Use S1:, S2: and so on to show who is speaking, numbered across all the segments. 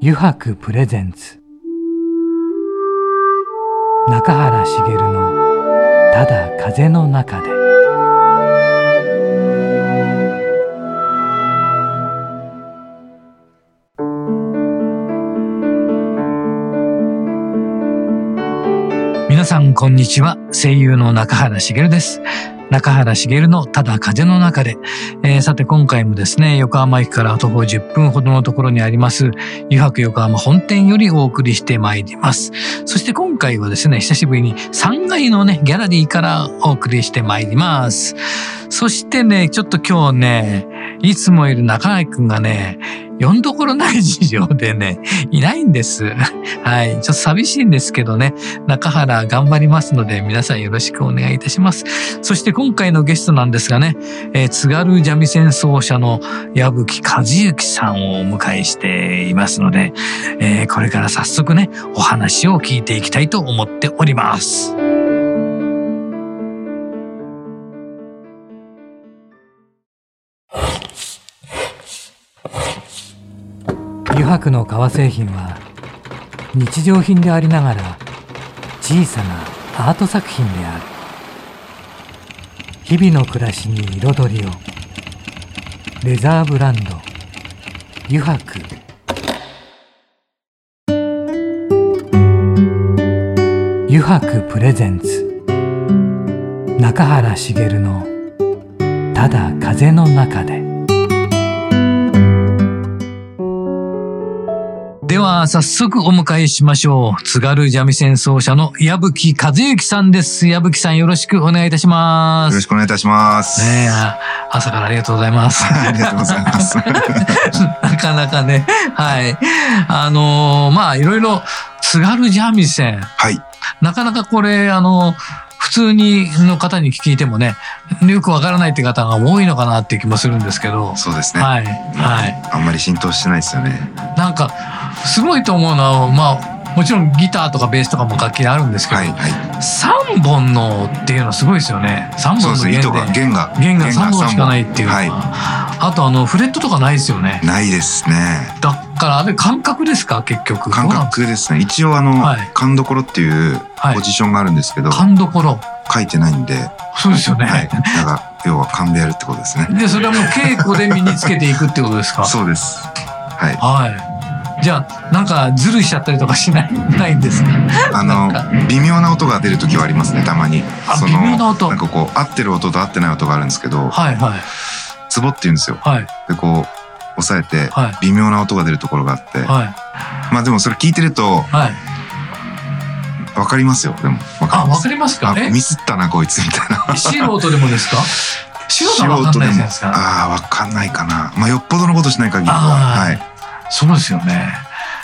S1: 油白プレゼンツ中原茂の「ただ風の中で」皆さんこんにちは声優の中原茂です中原茂のただ風の中で、えーさて今回もですね横浜駅から徒歩10分ほどのところにあります湯泊横浜本店よりお送りしてまいりますそして今回はですね久しぶりに3階のねギャラリーからお送りしてまいりますそしてねちょっと今日ねいつもいる中井くんがね呼んどころない事情でね、いないんです。はい。ちょっと寂しいんですけどね、中原頑張りますので、皆さんよろしくお願いいたします。そして今回のゲストなんですがね、えー津軽三味線奏者の矢吹和之さんをお迎えしていますので、えーこれから早速ね、お話を聞いていきたいと思っております。油白の革製品は日常品でありながら小さなアート作品である日々の暮らしに彩りをレザーブランド油白油白プレゼンツ中原茂の「ただ風の中で」では早速お迎えしましょう津軽三味線奏者の矢吹和之さんです矢吹さんよろしくお願いいたしま
S2: よろ
S1: す
S2: しくお願いいたします。
S1: ねえあ朝からありがとうござい ます
S2: ありがとうござい ます。
S1: なかなかね。はい。あのーまあ、いろいろ、津軽三味線。
S2: はい。
S1: なかなかこれ、あの普通にの方に聞いてもね、よくわからないって方が多いのかなっていう気もするんですけど。
S2: そうですね。
S1: はい。はい。
S2: あんまり浸透してないですよね。
S1: なんか、すごいと思うのは、まあ、もちろんギターとかベースとかも楽器あるんですけど、
S2: はいは
S1: 3本のっていうのはすごいですよね。3
S2: い。そう
S1: 本の
S2: ですね。
S1: 弦
S2: 糸が
S1: で。
S2: 弦が
S1: 弦が3本しかないっていうのは。
S2: 弦が三
S1: あとあの、フレットとかないですよね
S2: 本。ないですね。
S1: だからあれ感覚ですか結局。
S2: 感
S1: どうなん
S2: 覚ですね。一応あの
S1: はい
S2: 勘どころっていう
S1: はい
S2: ポジションがあるんですけど、
S1: 勘どころ。
S2: 書いてないんで、
S1: そうですよね。
S2: はい。だから要は勘でやるってことですね。
S1: で、それはもう稽古で身につけていくってことですか
S2: そうです。はい。
S1: はい。じゃあ、なんかずるしちゃったりとかしない、ないんですか
S2: あ
S1: なん
S2: の
S1: か
S2: 微妙な音が出る時はありますね。たまに
S1: あ、
S2: そ
S1: 微
S2: の
S1: 妙な音。
S2: なんかこう合ってる音と合ってない音があるんですけど、
S1: はいはい。
S2: ツボって言うんですよ。
S1: はい。
S2: でこう押さえて
S1: はい
S2: 微妙な音が出るところがあって、
S1: はい。
S2: まあでもそれ聞いてると
S1: はい。
S2: 分かりますよでも分か
S1: あ、
S2: りま
S1: わ
S2: す
S1: かりますか
S2: あ
S1: え
S2: ミスったなこいつみたいな
S1: 素人でもです か素人はわかんないじゃないですか。
S2: ああ分かんないかなまあよっぽどのことしない限りは
S1: あ
S2: は
S1: ー
S2: い、
S1: そうですよね。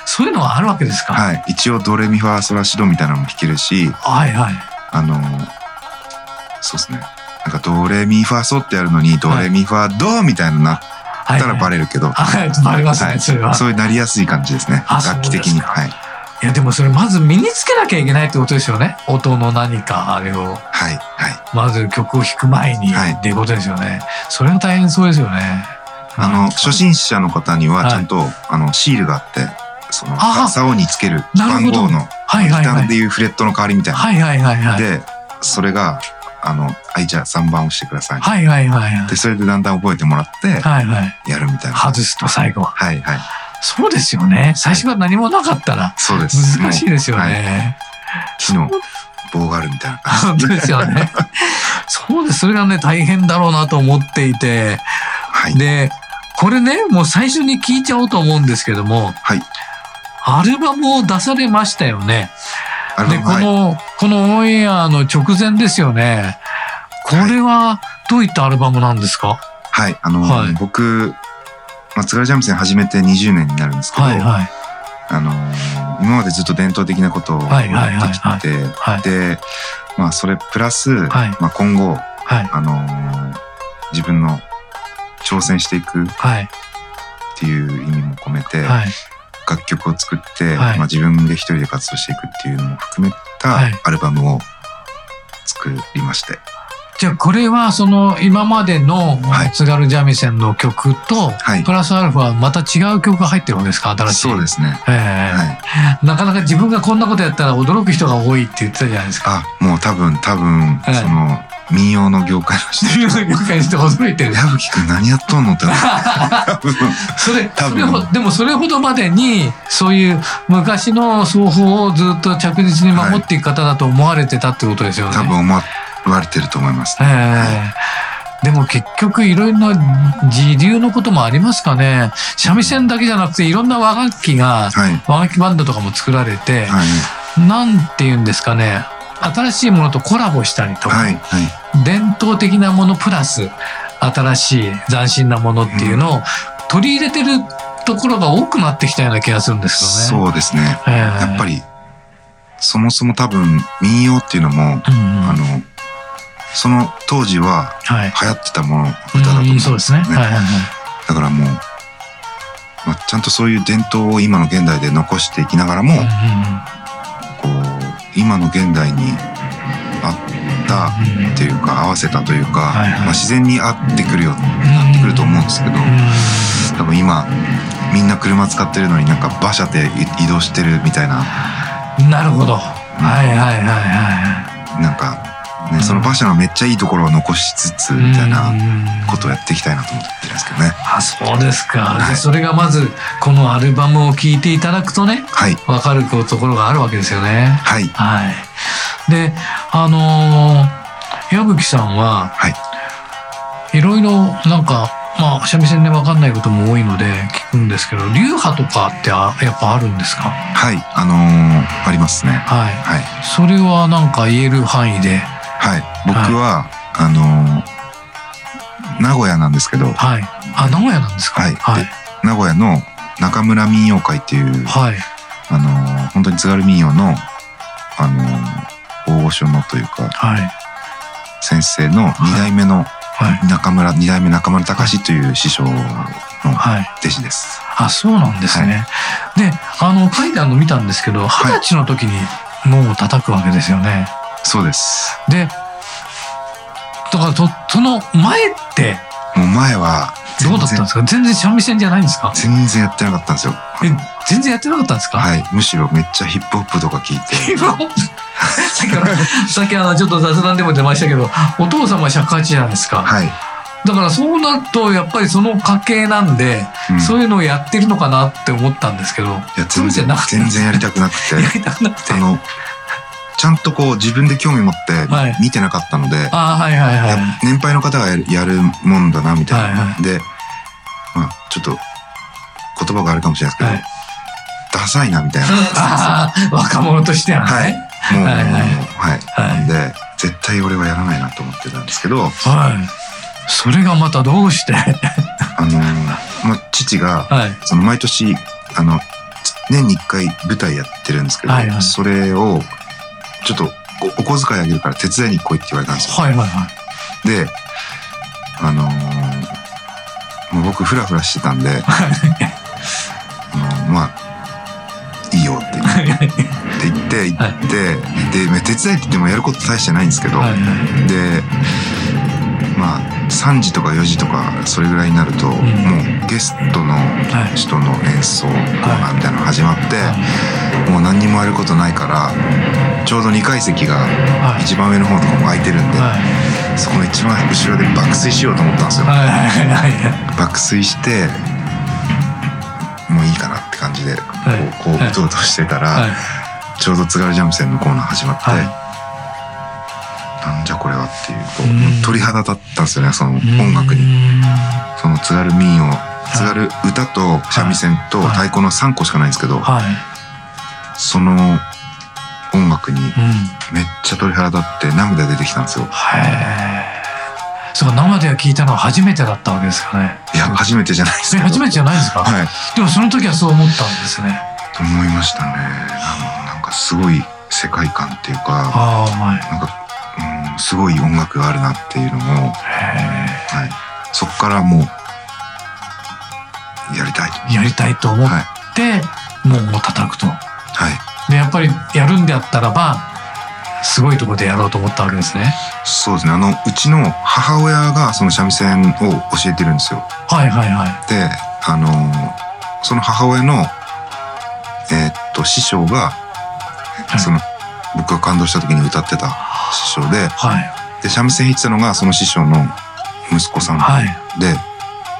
S1: そういうのはあるわけですか
S2: はい、一応ドレミファソラシドみたいなのも弾けるし
S1: はいはい。
S2: あのーそうですねなんかドレミファソってやるのにドレミファドみたいになっ
S1: は
S2: た
S1: い。
S2: らバレるけど、
S1: はい。バレますね、それは。
S2: そういうなりやすい感じですね
S1: あ
S2: 楽器的
S1: そう
S2: に
S1: ですか
S2: はい
S1: いやでもそれまず身につけなきゃいけないってことですよね音の何かあれを
S2: はいはい
S1: まず曲を弾く前に
S2: はい
S1: っていうことですよね、それが大変そうですよね
S2: あの初心者の方に
S1: は
S2: はいちゃんと、あのシールがあってその
S1: あ
S2: 竿につける
S1: なる
S2: 番
S1: ほど
S2: 号の
S1: はい
S2: ギタ
S1: はいは
S2: ーで
S1: い
S2: いうフレットの代わりみたいな。
S1: はいはいはいはい
S2: でそれがあの「はいじゃあ3番押してください」
S1: はいはいはいはい
S2: でそれでだんだん覚えてもらって
S1: はいはい
S2: やるみたいな。
S1: 外すと最後は
S2: はいはい
S1: そうですよね最初から何もなかったら
S2: そうです。
S1: 難しい
S2: もう
S1: ですよ
S2: はい
S1: ね、
S2: 木の棒があるみたいな感
S1: 本当ですよ ねそうですそれがね大変だろうなと思っていて
S2: じ。はい。
S1: で、これね、もう最初に聞いちゃおうと思うんですけども、
S2: はい
S1: アルバムを出されましたよね。
S2: あ
S1: で、
S2: れ
S1: こ
S2: はい、
S1: の、このオンエアの直前ですよね。これは、どういったアルバムなんですか、
S2: はい、あの、
S1: はい
S2: 僕、まあ、津軽三味線始めて20年になるんですけど、
S1: はい、はい、
S2: あの今までずっと伝統的なことを
S1: はいはいはい
S2: やってきて、
S1: はい、
S2: で、まあ、それプラス、
S1: はい
S2: まあ、今後、
S1: はい、
S2: あの自分の挑戦していくっ
S1: はい、
S2: ていう意味も込めて、
S1: はい、
S2: 楽曲を作って、
S1: はい
S2: まあ、自分で一人で活動していくっていうのも含め
S1: は
S2: た
S1: い
S2: アルバムを作りまして、
S1: じゃあこれはその今までの
S2: はい
S1: 津軽三味線の曲と、
S2: はい
S1: プラスアルファまた違う曲が入ってるわけですか新しい。。
S2: そうですすね。
S1: ええ
S2: はい。
S1: なかなか自分がこんなことやったら驚く人が多いって言ってたじゃないですか。
S2: あ、もう多分、多分、
S1: はい
S2: その、民謡の業界の人、
S1: 自分の業界にして驚いてる。
S2: 矢吹くん何やっとんの って、多分、
S1: それ、
S2: 多
S1: そ
S2: 分
S1: れほでもそれほどまでに、そういう昔の奏法をずっと着実に守っていく方だと思われてたってことですよね。
S2: 多分思われてると思います
S1: え
S2: ね。
S1: えでも結局いろいろな時流のこともありますかね。三味線だけじゃなくていろんな和楽器が、
S2: はい。
S1: 和楽器バンドとかも作られて、
S2: はい。
S1: なんて言うんですかね。新しいものとコラボしたりとか、
S2: はい。はい。
S1: 伝統的なものプラス新しい斬新なものっていうのを取り入れてるところが多くなってきたような気がするんですよね。
S2: そうですね。
S1: そう。や
S2: やっぱ。り、そもそも多分、民謡っていうのも、
S1: うん、
S2: あの、その当時は
S1: はい。
S2: 流行ってたもの、歌だと思
S1: う
S2: うん
S1: んそうですね。はいはいはい。
S2: だからもう、まあ、ちゃんとそういう伝統を今の現代で残していきながらも、こう、今の現代にあった
S1: うんうんうん
S2: っていうか、合わせたというか、
S1: はいはい
S2: まあ、自然に合ってくるよ、なってくると思うんですけど、多分今、みんな車使ってるのになんか馬車で移動してるみたいな、
S1: うんなるほど。はいはいはいは
S2: なんか、ね、その馬車のめっちゃいいところを残しつつ、
S1: い。
S2: みたいな
S1: うんうん
S2: ことをやっていきたいなと思ってるんですけどね。
S1: あ、そうですか。
S2: はい
S1: でそれがまず、このアルバムを聴いていただくとね、
S2: はい。
S1: わかるところがあるわけですよね。
S2: はい。
S1: はい。で、あのー矢吹さんは、
S2: はい。
S1: い、ろいろなんか、まあ、三味線でわかんないことも多いので聞くんですけど、流派とかってあやっぱあるんですか
S2: はい。あのーありますね。
S1: はい。
S2: はい。
S1: それはなんか言える範囲で、
S2: はい。僕は、あのー名古屋なんですけど、
S1: はい。あ、名古屋なんですか
S2: はい
S1: はい
S2: で。名古屋の中村民謡会っていう、
S1: はい。
S2: あのー本当に津軽民謡の、あのー大御所のというか、
S1: はい。
S2: 先生の二代目の
S1: はい。
S2: 中村、二代目中村隆という師匠の
S1: はい。
S2: 弟子です。
S1: あ、そうなんですね。で、あの、書いてあるの見たんですけど、
S2: い
S1: 二十歳の時に門を叩くわけですよね。
S2: そうです。
S1: で、だからと、その前って、
S2: もう前は
S1: ど
S2: 全
S1: うだったん
S2: 然
S1: で、すか全然三味線じゃないんですか
S2: 全然やってなかったんですよ。
S1: え、全然やってなかったんですか
S2: はい。むしろめっちゃヒップホップとか聞いて。
S1: 今さっきから、さっきあの、ちょっと雑談でも出ましたけど、お父様尺八じゃないですか。
S2: はい。
S1: だからそうなると、やっぱりその家系なんで、
S2: うん
S1: そういうのをやってるのかなって思ったんですけど、や
S2: いや
S1: そう
S2: 全
S1: じゃ
S2: 然
S1: なかった
S2: 全然やりたくなく て。
S1: りたくなくて。
S2: あの、ちゃんとこう自分で興味持って
S1: はい
S2: 見てなかったので、
S1: あーはいはいはい
S2: や。年配の方がやるやるもんだな、みたい
S1: は
S2: な。
S1: いは
S2: で、まあ、ちょっと言葉があるかもしれないですけど、
S1: はい
S2: ダサいな、みたいな。
S1: あー若者としてはね。
S2: はい。もう、
S1: はいはい
S2: はい。
S1: はい
S2: なんで、絶対俺はやらないなと思ってたんですけど、あ
S1: はい。それがまたどうしては
S2: のー、まあ、父が、
S1: い。
S2: その毎年、あの、年に一回舞台やってるんですけど、
S1: はいはい
S2: それを、ちょっとおお小遣いあげるから手伝いに来いって言われたんですよ。
S1: はいはいはい。
S2: で、あのーもう僕フラフラしてたんで、あのーまあ、いいよって言って言って、行って、で、まあ手伝いって言ってもやること大してないんですけど、
S1: はいはい
S2: で、まあ、3時とか4時とか、それぐらいになると、もうゲストの
S1: はい
S2: 人の演奏コーナーみたいなのが始まって、もう何にもやることないから、ちょうど2階席が
S1: はい
S2: 一番上の方とかも空いてるんで、
S1: はい
S2: そこの一番後ろで爆睡しようと思ったんですよ、
S1: はいはいはいはい。
S2: 爆睡してもういいかなって感じでこうこう
S1: はいう
S2: とうとしてたら、
S1: はい。
S2: ちょうど津軽三味線のコーナー始まって、
S1: はい
S2: なんじゃこれはっていうこう
S1: うん
S2: 鳥肌立ったんですよねその音楽に
S1: に。
S2: その津軽民謡津軽歌と三味線と
S1: はい
S2: 太鼓の3個しかないんですけど、
S1: はい。
S2: その音楽に
S1: うん。
S2: めっちゃ鳥肌立って涙出てきたんですよ
S1: へえ。そうか生では聞いたのは初めてだったわけですかね。
S2: いや初めてじゃないです
S1: え
S2: けど
S1: 初めてじゃないですか、
S2: はい
S1: でもその時はそう思ったんですね。
S2: と思いましたねなんなんかすごい世界観っていうか
S1: ああ、はい。
S2: なんか、うん、すごい音楽があるなっていうのを、は
S1: へ
S2: い、そこからもうやりたい
S1: え。やりたいと思っ
S2: はい
S1: て、門を叩くと。
S2: はい
S1: で、やっぱりやるんであったらば、すごいところでやろうと思ったわけですね。
S2: そうですねあのうちの母親がその三味線を教えてるんですよ
S1: はいはいは
S2: であのその母親のえーっと師匠が
S1: い。
S2: そ
S1: の
S2: の僕が感動した時に歌ってた師匠で
S1: はい
S2: で三味線弾いてたのがその師匠の息子さんで、
S1: はい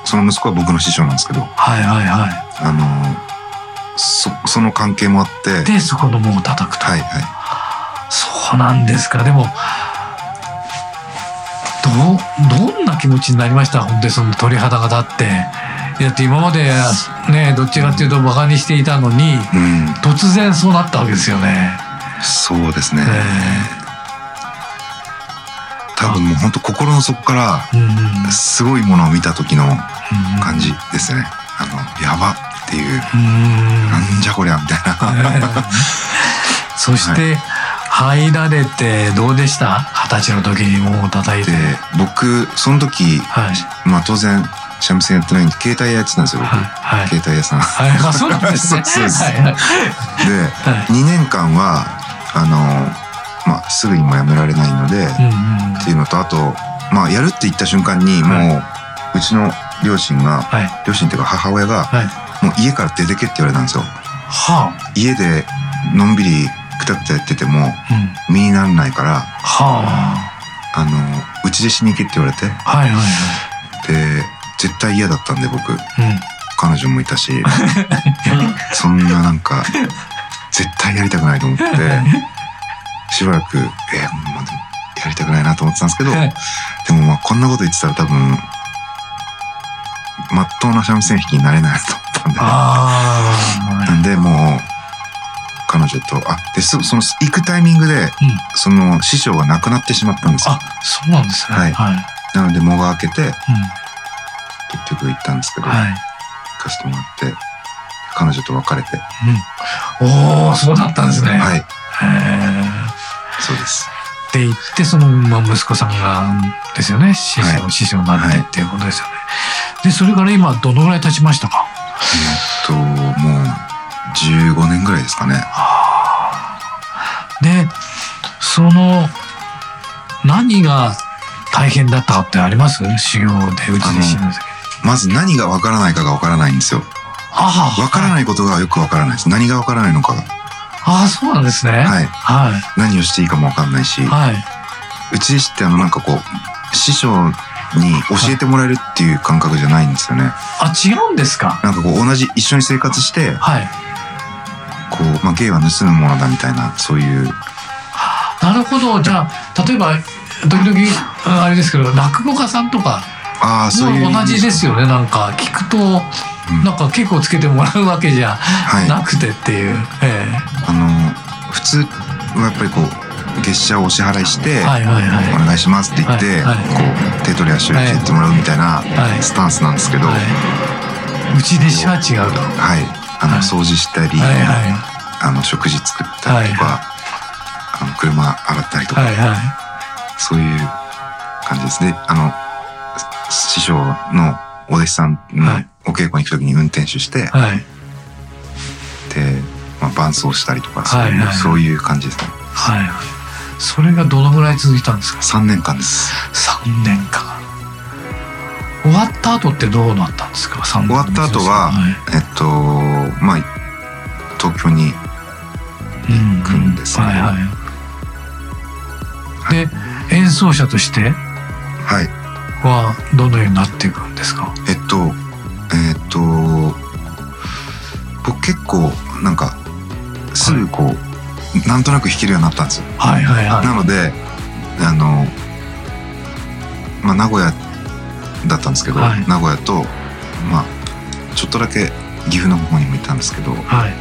S2: その息子は僕の師匠なんですけど
S1: はいはいは
S2: あのそその関係もあって
S1: い。でそこの門を叩くと。
S2: はいは
S1: そうなんですか。でもどうどんな気持ちになりました本当にその鳥肌が立って。いやだって今までねどっちかっていうと馬鹿にしていたのに
S2: いうん
S1: 突然そうなったわけですよね。
S2: そうですね
S1: え
S2: 多分もう本当心の底から
S1: えうんうんうん
S2: すごいものを見た時の感じですねあのやばっていう
S1: うんうん
S2: なんじゃこりゃみたいな
S1: そして、入られてどうでした二十歳の時に門を叩い
S2: で
S1: て。
S2: 僕その時
S1: はい。
S2: まあ当然三味線やってないんで携帯やってたんですよ僕、
S1: はい。はい。
S2: 携帯屋さん
S1: はい、あそうなんですね。
S2: そうです
S1: はいはい。
S2: で
S1: はい。
S2: 2年間はあのまあすぐにも辞められないので、
S1: うんうん。
S2: っていうのとあとまあやるって言った瞬間にもう、うちの両親が
S1: はい。
S2: 両親っていうか母親が、
S1: はい
S2: もう家から出てけって言われたんですよ
S1: はあ。
S2: 家でのんびりくたくたやってても
S1: うん。
S2: 身にならないから
S1: は
S2: あのうちでしに行けって言われて
S1: あ。はいはいは
S2: で絶対嫌だったんで僕
S1: い。うん。
S2: 彼女もいたしそんななんか絶対やりたくないと思ってしばらくえー、まあでもやりたくないなと思ってたんですけど、
S1: はい
S2: でもまあこんなこと言ってたら多分まっとうな三味線弾きになれないなと思った
S1: ああ。
S2: んでなんでもう彼女とあでそその行くタイミングで、その師匠が亡くなってしまったんですよ
S1: あ、そうなんですね。
S2: はい
S1: はい。
S2: なので間が開けて
S1: うん
S2: 結局行ったんですけど、
S1: はい。
S2: 行かせてもらって彼女と別れて
S1: うん。おお、そうだったんですね。
S2: はい
S1: へえ。
S2: そうです
S1: って言ってその、まあ、息子さんがですよね師匠、
S2: は
S1: 師匠になってっていうことですよね。でそれから今どのぐらい経ちましたか
S2: えっともう15年ぐらいですかね
S1: でその何が大変だったかってあります修行でうちで死ぬんですけど。
S2: まず何がわからないかがわからないんですよ
S1: ああ
S2: わから
S1: い。
S2: ないことがよくわからないです何がわからないのかが
S1: ああそうなんですね。
S2: はい
S1: は
S2: 何をしていいかもわかんないし
S1: い。はい。
S2: うちで知ってあのなんかこう師匠に教えてもらえるっていう感覚じゃないんですよね
S1: あ違うんですか
S2: なんかこう同じ一緒に生活して
S1: はい。
S2: こう、まあ、芸は盗むものだみたいなそういう
S1: なるほどじゃあ例えば時々うんあれですけど落語家さんとか
S2: ああそうい
S1: も
S2: う
S1: う同じですよねなんか聞くと、
S2: うん
S1: なんか結構つけてもらうわけじゃ
S2: はい
S1: なくてっていう、え
S2: あの普通はやっぱりこう月謝をお支払いし
S1: え
S2: て、
S1: はいはいはい
S2: お願いしますって言って、
S1: はいはい
S2: こう手取り足取り切ってもらうみたいな
S1: はい
S2: スタンスなんですけど、はい、
S1: はいうち弟子は違うと。
S2: あの
S1: はい
S2: 掃除したり、
S1: はいは
S2: あの食事作ったりとか、あの車洗ったりとか、
S1: いはいは
S2: そういう感じですね。あの師匠のお弟子さんの
S1: はい
S2: お稽古に行く時に運転手して、
S1: いはい
S2: で、まあ、伴奏したりとかそうい
S1: は
S2: う,、
S1: いはい
S2: そういう感じですね。
S1: はいそれがどのぐらい続いたんですか
S2: 3年間です。
S1: 3年間終わった後ってどうなったんですか終
S2: 終わった後はえっとまあ東京に
S1: 行
S2: くんですけど
S1: はいはい、で演奏者として
S2: はい
S1: はどのようになっていくんですか
S2: えっとえっと僕結構なんかすぐこう、なんとなく弾けるようになったんですよ。
S1: はいはいはい
S2: なのであのまあ名古屋だったんですけど、
S1: はい
S2: 名古屋とまあちょっとだけ岐阜の方にもいたんですけど
S1: はい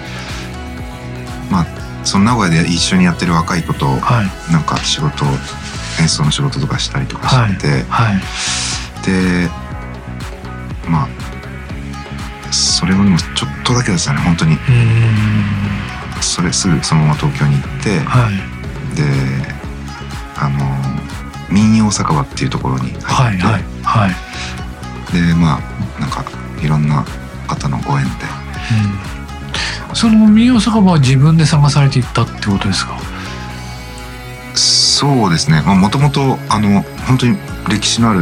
S2: その名古屋で一緒にやってる若い子と
S1: はい
S2: なんか仕事を演奏の仕事とかしたりとかしてて、
S1: はい
S2: でまあそれもでもちょっとだけですよね本当に
S1: うーん
S2: それすぐそのまま東京に行って
S1: はい
S2: であの民謡酒場っていうところに入って、
S1: はいはいはい、
S2: でまあなんかいろんな方のご縁で
S1: うん、その民謡酒場は自分で探されていったってことですか
S2: そうですねもともとあの本当に歴史のある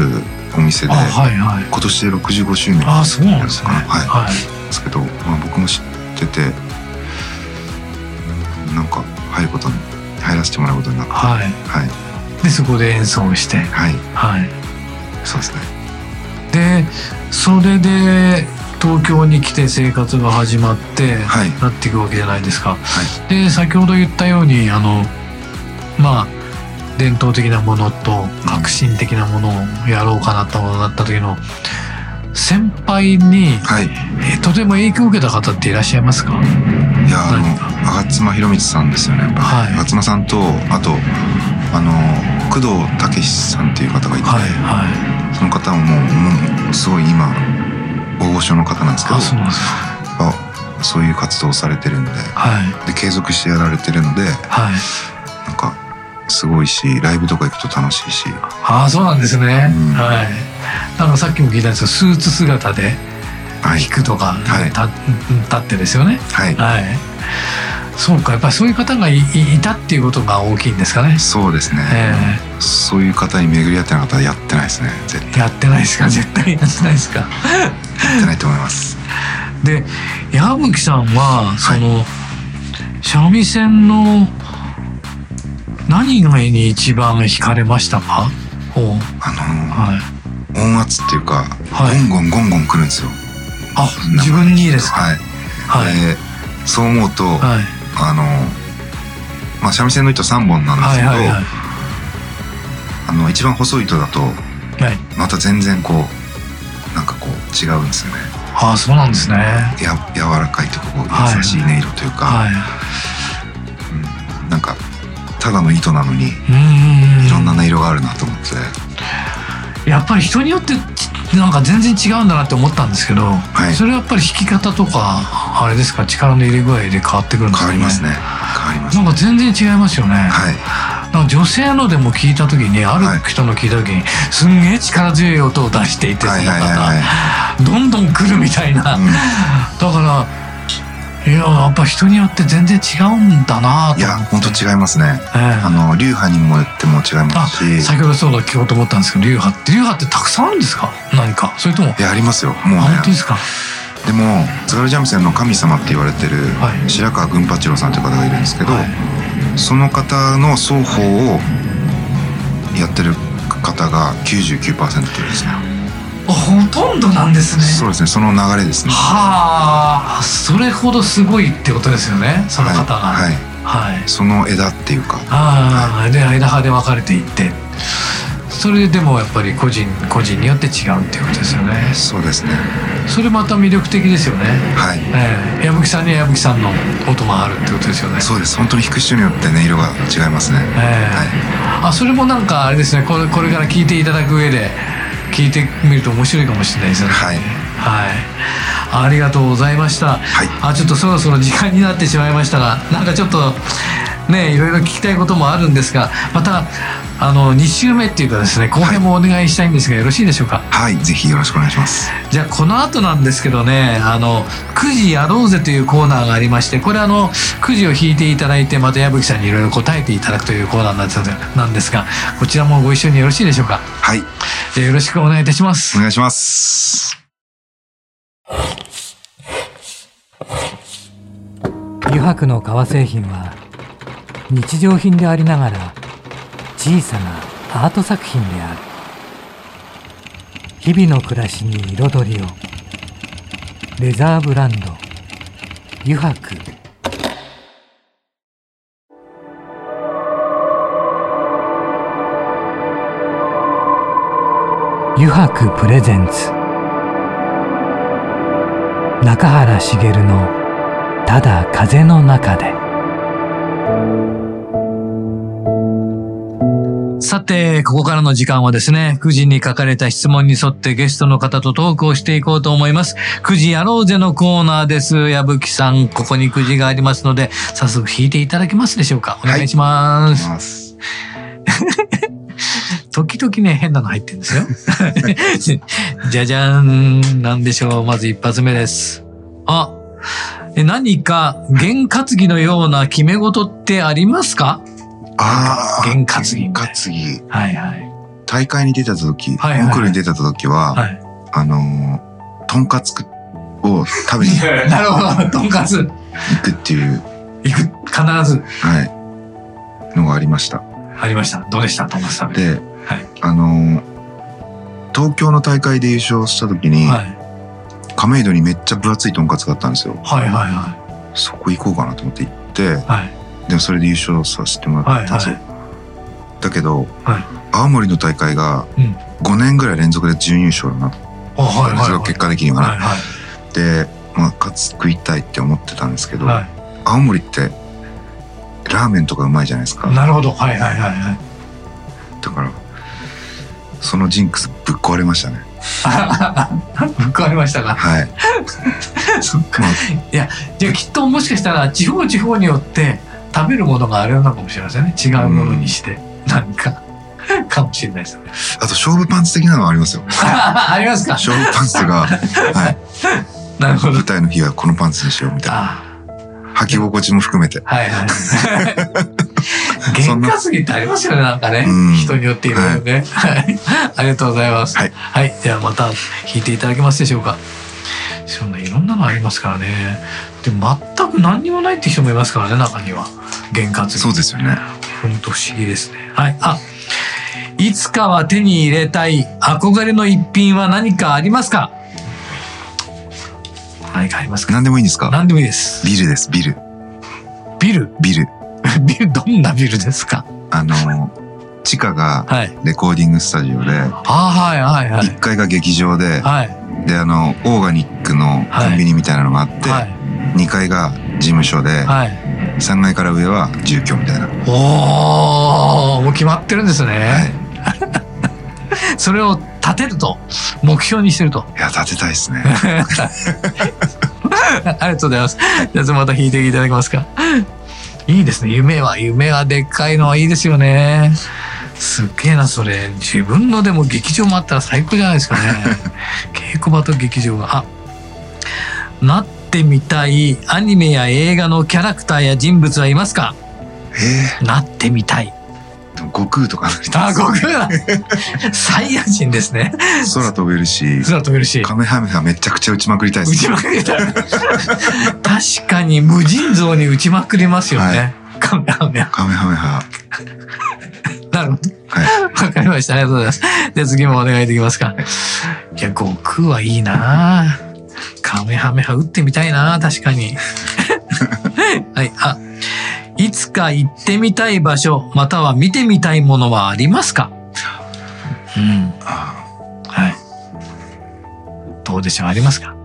S2: お店で
S1: あ、はいはい。
S2: 今年で65周年
S1: あ、そうなんですね。
S2: はい
S1: はい。
S2: ですけど、まあ、僕も知っててうんなんか入ることに入らせてもらうことになっては
S1: はいで、そこで演奏をして。
S2: はい
S1: はい。
S2: そうですね
S1: で、それで、東京に来て生活が始まって、
S2: はい
S1: なっていくわけじゃないですか。
S2: は
S1: で、先ほど言ったように、あの、まあ、伝統的なものと革新的なものをやろうかなとなった時の、先輩に、
S2: はい
S1: えとても影響を受けた方っていらっしゃいますか
S2: いやあ
S1: 何
S2: の吾妻弘道さんですよねやっぱ、
S1: はい
S2: 吾妻さんとあとあの工藤武史さんっていう方がいて、
S1: はいはい。
S2: その方ももうもうすごい今大御所の方なんですけど
S1: あ、そうなんですか。
S2: あそういう活動をされてるんで
S1: はい。
S2: で継続してやられてるので
S1: はい。
S2: なんかすごいしライブとか行くと楽しいし
S1: ああ、そうなんですね。
S2: ん
S1: はい。あの、さっきも聞いたんですけど、スーツ姿で
S2: はい
S1: 弾くとか、
S2: はい
S1: た立ってですよね。
S2: はい
S1: はい。そうか、やっぱりそういう方がいいいたっていうことが大きいんですかね。
S2: そうですね、
S1: え
S2: そういう方に巡り合ってなかったらやってないですね絶
S1: えやってないですか絶対やってないですか。
S2: 対やってないと思います
S1: で、矢吹さんは、その、三味線の何がに一番惹かれましたかおう
S2: あ
S1: はい。
S2: のー音圧っていうか、
S1: はい
S2: ゴンゴンゴンゴン来るんですよ
S1: あ、自分にですか
S2: はい、
S1: はい。
S2: でそう思うと、
S1: はい。
S2: あのーまあ三味線の糸3本なんです
S1: はい
S2: けど、
S1: はいはい。
S2: あの一番細い糸だと
S1: はい。
S2: また全然こうなんかこう違うんですよね
S1: ああ、そうなんですね。
S2: や柔らかいとここう優しい音色というか、
S1: は
S2: うんなんかただの糸なのに
S1: い。うんうんうん。
S2: いろんな音色があるなと思って、
S1: やっぱり人によってちなんか全然違うんだなって思ったんですけど、
S2: い
S1: それはやっぱり弾き方とかあれですか力の入れ具合で変わってくるんですか
S2: 変わ
S1: ね
S2: りますね変わります
S1: なんか全然違いますよね、
S2: はい
S1: なんか女性のでも聞いた時にある人の聞いた時に、すんげえ力強い音を出していてその
S2: はい
S1: 方、
S2: はいはいは
S1: どんどん来るみたいな、
S2: い、う
S1: だ
S2: ん
S1: からいややっぱ人によって全然違うんだなと
S2: いや、本当違いますね。
S1: ええ
S2: あの、流派にもよっても違いま
S1: あ
S2: すし、
S1: 先ほどそうだ聞こうと思ったんですけど流派って流派ってたくさんあるんですか何かそれとも
S2: いや、ありますよ。もうね
S1: あ、本当ですか
S2: でも、津軽三味線の神様って言われてる
S1: はい
S2: 白川群八郎さんという方がいるんですけど、
S1: はい
S2: その方の双方をやってる方が99%ですね。
S1: あほとんどなんですね
S2: そうですね、その流れですね。
S1: はあそれほどすごいってことですよねその方が、
S2: はいい。はい
S1: はい
S2: その枝っていうか、
S1: ああで間派で分かれていってそれでもやっぱり個人個人によって違うっていうことですよね
S2: そうですね。
S1: それまた魅力的ですよね
S2: はい。
S1: ええ矢吹さんには矢吹さんの音があるってことですよね
S2: そうです。本当に弾く人によってね、色が違いますね。
S1: ええあそれもなんかあれですねこれこれから聞いていただく上で聞いてみると面白いかもしれないですよね
S2: はい
S1: はいありがとうございました、
S2: はい
S1: あちょっとそろそろ時間になってしまいましたがなんかちょっとねいろいろ聞きたいこともあるんですがまたあの2週目っていうかですね後編もお願いしたいんですが、よろしいでしょうか
S2: はい、ぜひよろしくお願いします。
S1: じゃあこの後なんですけどね、あの、くじやろうぜというコーナーがありまして、これあの、くじを引いていただいて、また矢吹さんにいろいろ答えていただくというコーナーなんですなんですが、こちらもご一緒によろしいでしょうか。
S2: はい、
S1: じゃあよろしくお願いいたしま
S2: お
S1: す。
S2: 願いします。
S3: 油白の革製品は日常品でありながら小さなアート作品である日々の暮らしに彩りをレザーブランド油白油白プレゼンツ中原茂の「ただ風の中で
S1: さて、ここからの時間はですね、くじに書かれた質問に沿ってゲストの方とトークをしていこうと思います。くじやろうぜのコーナーです。矢吹さん、ここにくじがありますので、早速引いていただけますでしょうか。お願いしま
S2: お願い
S1: す
S2: し。ます。
S1: 時々ね、変なの入ってるんですよ。 じゃじゃーん。なんでしょう。まず一発目です。あ、え何か、験担ぎのような決め事ってありますか
S2: ああ。
S1: 験担ぎ。
S2: 担ぎ。
S1: はいはい。
S2: 大会に出た時、コ
S1: はいはい
S2: ンクールに出た時は、
S1: はい。
S2: あのー、とんかつを食べ に 行
S1: なるほど。とんかつ。
S2: くっていう、
S1: 行く。必ず。
S2: はい、のがありました。
S1: ありました。どうでしたとんかつ食べ。
S2: で、
S1: はい
S2: あのー東京の大会で優勝した時に、
S1: はい。
S2: 亀戸にめっちゃ分厚いとんかつがあったんですよ。
S1: はいはいは
S2: そこ行こうかなと思って行って、
S1: い。はい。
S2: でもそれで優勝させてもら
S1: は
S2: っ
S1: い
S2: たんですよ。
S1: は
S2: だけど、
S1: はい
S2: 青森の大会が
S1: うん
S2: 5年ぐらい連続で準優勝だなと思っ
S1: い。はいはい
S2: たんですよ、
S1: はい。
S2: 結果的にはね。
S1: はいはい。
S2: で、まあ、かつ食いたいって思ってたんですけど、
S1: は
S2: 青森ってラーメンとかうまいじゃないですか
S1: い、なるほど。はいはいはいはい。
S2: だからそのジンクスぶっ壊れましたね
S1: ぶっ壊れましたか。
S2: はい
S1: そっか。いや、じゃあきっともしかしたら地方地方によって食べるものがあれなのかもしれませんね。違うものにして。何か。かもしれないですね。
S2: あと勝負パンツ的なのはありますよ
S1: ありますか
S2: 勝負パンツが、 はい、
S1: なるほど
S2: 舞。台の日はこのパンツにしようみたいな
S1: あ
S2: 履き心地も含めて
S1: はいはい。
S2: そ
S1: 喧
S2: んな
S1: 嘩すぎってありますよね、なんかね
S2: うん。
S1: 人によっていろいろね。はい。ありがとうございます。
S2: はい
S1: はい。ではまた弾いていただけますでしょうか。そんないろんなのありますからね。で、全く何にもないって人もいますからね、中には。験担ぎ。
S2: そうですよね
S1: 本当不思議ですね。はい。あ、いつかは手に入れたい憧れの一品は何かありますか何かありますか
S2: 何でもいいんですか
S1: 何でもいいです。
S2: ビルですビル
S1: ビル
S2: ビル
S1: ビル、どんなビルですか
S2: あのー地下が
S1: はい。
S2: レコーディングスタジオで
S1: あはいはいはい
S2: 1。階が劇場で
S1: はい。
S2: であのオーガニックのコンビニみたいなのがあって、
S1: はい。
S2: 2階が事務所で、
S1: はい。
S2: 3階から上は住居みたいな、は
S1: おー、もう決まってるんですね。
S2: い、
S1: それを立てると、目標にしてると。
S2: いや建てたいですね
S1: ありがとうございます。じゃあまた弾いていただけますか。いいですね。夢は、夢はでっかいのはいいですよね。すっげえな、それ。自分のでも劇場もあったら最高じゃないですかね。稽古場と劇場が。あ、なってみたいアニメや映画のキャラクターや人物はいますか
S2: え
S1: なってみたい。
S2: ー、でも悟空とかの 人
S1: あ、悟空だ。サイヤ人ですね。
S2: 空飛べるし
S1: 空飛べるし。
S2: カメハメハめちゃくちゃ打ちまくりたいで
S1: 打ち
S2: す
S1: まくりたい。確かに無尽蔵に打ちまくりますよね。カメラメン。
S2: カメハメハ
S1: なるほど。
S2: はい
S1: わかりました。ありがとうございます。じゃあ次もお願いできますか。いや、悟空はいいなカメハメハ打ってみたいな確かに。はい。あ、いつか行ってみたい場所、または見てみたいものはありますかうん。
S2: あ
S1: はい。どうでしょうありますか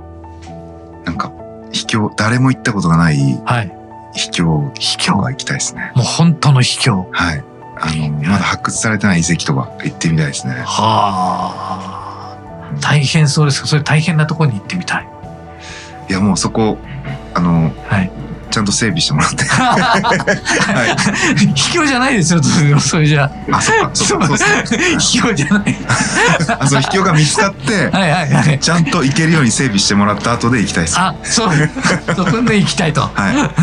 S2: ーなんか秘境誰も行ったことがない
S1: はい。
S2: 秘境秘境が行きたいですね
S1: もう本当の秘境。
S2: はいあのまだ発掘されてない遺跡とか行ってみたいですね
S1: はあ。大変そうですかそれ大変なところに行ってみたい。
S2: いやもうそこあの
S1: はい。
S2: ちゃんと整備してもらってはい
S1: 卑怯じゃないですよ、 それじゃ
S2: あそっか そっかそうですね
S1: 卑怯じゃない。
S2: あその秘境が見つかって
S1: はいはいはい。
S2: ちゃんと行けるように整備してもらった後で行きたいです。は
S1: あ、そう。 そこで行きたいと。
S2: い。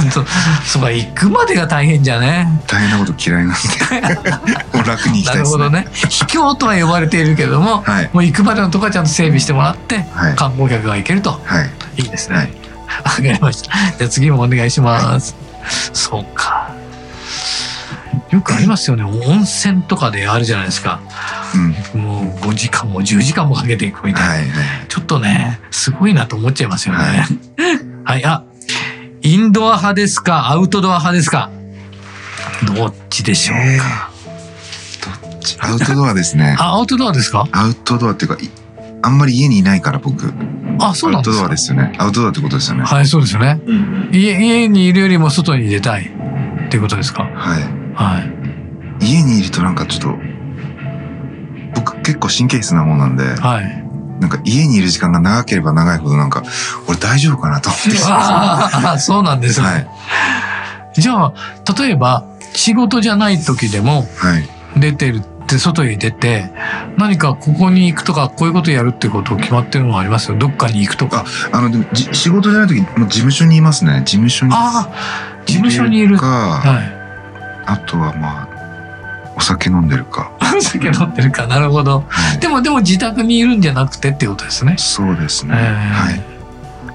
S1: そそうか、行くまでが大変じゃね。
S2: 大変なこと嫌いなん で、もう楽に行き
S1: な
S2: たい
S1: る
S2: です、
S1: ほ
S2: ね。
S1: どね。卑怯とは呼ばれているけれども、
S2: はい。
S1: もう行くまでのとこはちゃんと整備してもらって、
S2: はい。
S1: 観光客が行けると。
S2: はい。
S1: いいですね。
S2: は
S1: わか
S2: い、
S1: りました。じゃあ次もお願いします。そうか。よくありますよね。温泉とかであるじゃないですか。
S2: うん。
S1: もう5時間も10時間もかけていくみたいな。
S2: はい。はい。
S1: ちょっとね、すごいなと思っちゃいますよね。
S2: は
S1: はいい、あ、インドア派ですか、アウトドア派ですか。どっちでしょう
S2: え
S1: か。
S2: どっちアウトドアですね。
S1: あ、アウトドアですか。
S2: アウトドアっていうか、いあんまり家にいないから僕。
S1: あ、そう
S2: ア
S1: な
S2: ウ
S1: んで
S2: ト
S1: す
S2: ド
S1: か。
S2: アですよね。アウトドアってことですよね。
S1: はい、そうですよね。家、家にいるよりも外に出たい。っていうことですか。
S2: は
S1: はい。
S2: い。家にいるとなんかちょっと、僕結構神経質な方なんで、
S1: はい。
S2: なんか家にいる時間が長ければ長いほどなんか、俺大丈夫かなと思ってきてま
S1: ああ、そうなんです
S2: す。
S1: ね。
S2: はい。
S1: じゃあ、例えば、仕事じゃない時でも、
S2: はい。
S1: 出てるって外に出て何かここに行くとかこういうことやるってことを決まってるのはありますよどっかに行くとか
S2: あの、でもじ仕事じゃない時、もう事務所にいますね。事務所に。
S1: ああ事務所にいる
S2: か、
S1: はい
S2: あとはまあ、酒飲んでるか。
S1: お酒飲んでるか。なるほど。
S2: はい
S1: でも、でも自宅にいるんじゃなくてっていうことですね。
S2: そうですね。
S1: えー
S2: はい。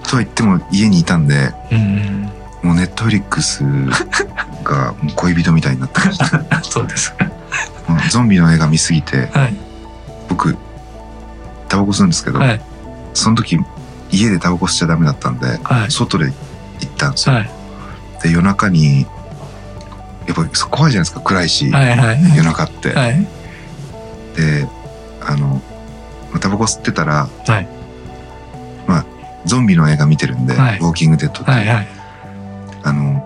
S2: とは言っても家にいたんで、
S1: うん。
S2: もうネットフリックスがもう恋人みたいになって ました。
S1: そうです。
S2: もうゾンビの映画見すぎて、
S1: はい。
S2: 僕、タバコ吸うんですけど、
S1: はい。
S2: その時家でタバコ吸っちゃダメだったんで、
S1: はい。
S2: 外で行ったんですよ。
S1: はい。
S2: で、夜中に、やっぱ怖いじゃないですか、暗いし、
S1: はい。はい。
S2: 夜中って。
S1: はい。
S2: で、あの、まあタバコ吸ってたら、
S1: はい
S2: まあ、ゾンビの映画見てるんで、
S1: はい
S2: ウォーキングデッドって、
S1: はい。はい。
S2: あの、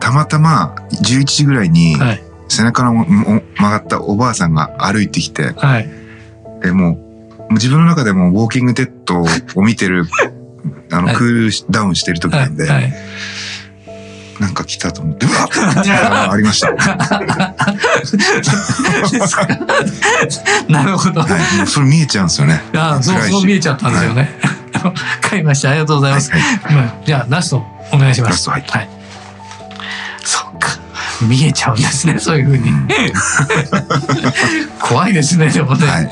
S2: たまたま11時ぐらいに、
S1: はい。
S2: 背中のもも曲がったおばあさんが歩いてきて、
S1: はい。
S2: でもう、もう自分の中でもウォーキングデッドを見 てる、あ
S1: は
S2: の、
S1: い
S2: クールダウンしてる時
S1: は
S2: なんで、
S1: い。 はい。
S2: なんか来たと思って、う わっありま した。は
S1: ですかなるほど。
S2: い。もうそれ見えちゃうんですよね。
S1: ああ、そう、
S2: 暗いし
S1: そう見えちゃったんですよね。 わかりました。ありがとうございます。
S2: はいはい
S1: まあじゃあ、ラストお願いしま
S2: ラ
S1: す。
S2: スト入って。
S1: はい。そうか。見えちゃうんですね、そういうふうに
S2: うん。
S1: 怖いですね、でもね。
S2: はい。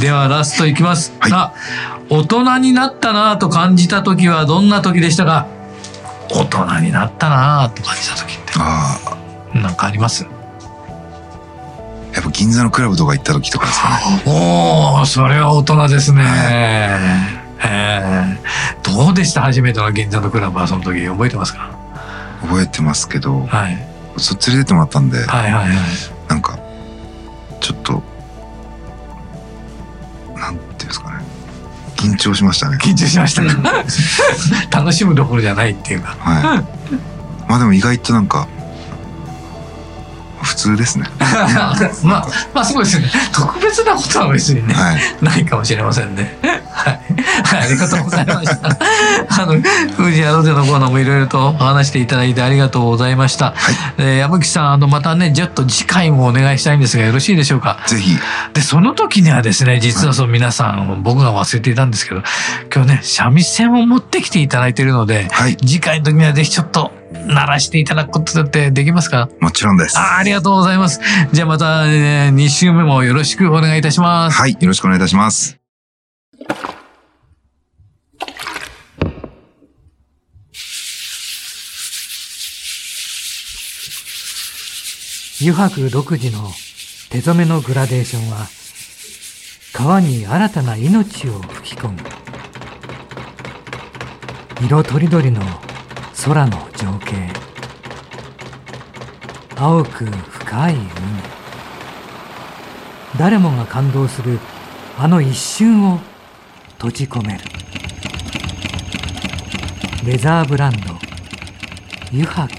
S1: では、ラストいきます。
S2: はい
S1: あ、大人になったなぁと感じた時はどんな時でしたか大人になったなぁと感じた時っ
S2: ああ、
S1: て、なんかあります
S2: やっぱ銀座のクラブとか行った時とかですかね。
S1: おお、それは大人ですね。
S2: は
S1: えーどうでした初めての銀座のクラブはその時覚えてますか、
S2: 覚えてますけど、
S1: はい、
S2: そ連れてってもらったんで、
S1: はいはいはい
S2: なんか、ちょっと、なんていうんですかね。緊張しましたね。
S1: 緊張しましたか 楽しむどころじゃないっていうか。
S2: はい。まあでも意外となんか、普通ですね。
S1: まあ、まあそうですね。特別なことは別にね、
S2: はい。
S1: ないかもしれませんね。はい。はいありがとうございました。 あの、富士やロゼのコーナーもいろいろとお話していただいてありがとうございました。えー山口さん、あの、またね、ちょっと次回もお願いしたいんですが、よろしいでしょうか
S2: ぜひ、
S1: で、その時にはですね、実はその皆さん、僕が忘れていたんですけど、今日ね、三味線を持ってきていただいているので、
S2: はい。
S1: 次回の時にはぜひちょっと鳴らしていただくことだってできますか
S2: もちろんです。
S1: あーありがとうございます。じゃあまた、え2週目もよろしくお願いいたします。
S2: はい。よろしくお願いいたします。
S3: 湯白独自の手染めのグラデーションは川に新たな命を吹き込む色とりどりの空の情景青く深い海誰もが感動するあの一瞬を閉じ込めるレザーブランド湯白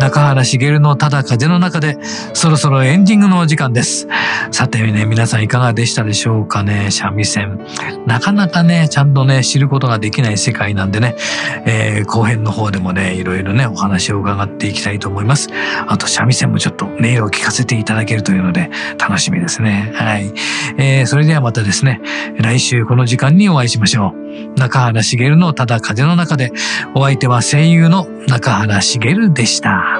S1: 中原茂のただ風の中で、そろそろエンディングのお時間です。さてね、皆さんいかがでしたでしょうかね、三味線。なかなかね、ちゃんとね、知ることができない世界なんでね、えー後編の方でもね、いろいろね、お話を伺っていきたいと思います。あと、三味線もちょっと音色を聞かせていただけるというので、楽しみですね。はい。えーそれではまたですね、来週この時間にお会いしましょう。中原茂のただ風の中で、お相手は声優の中原茂でした。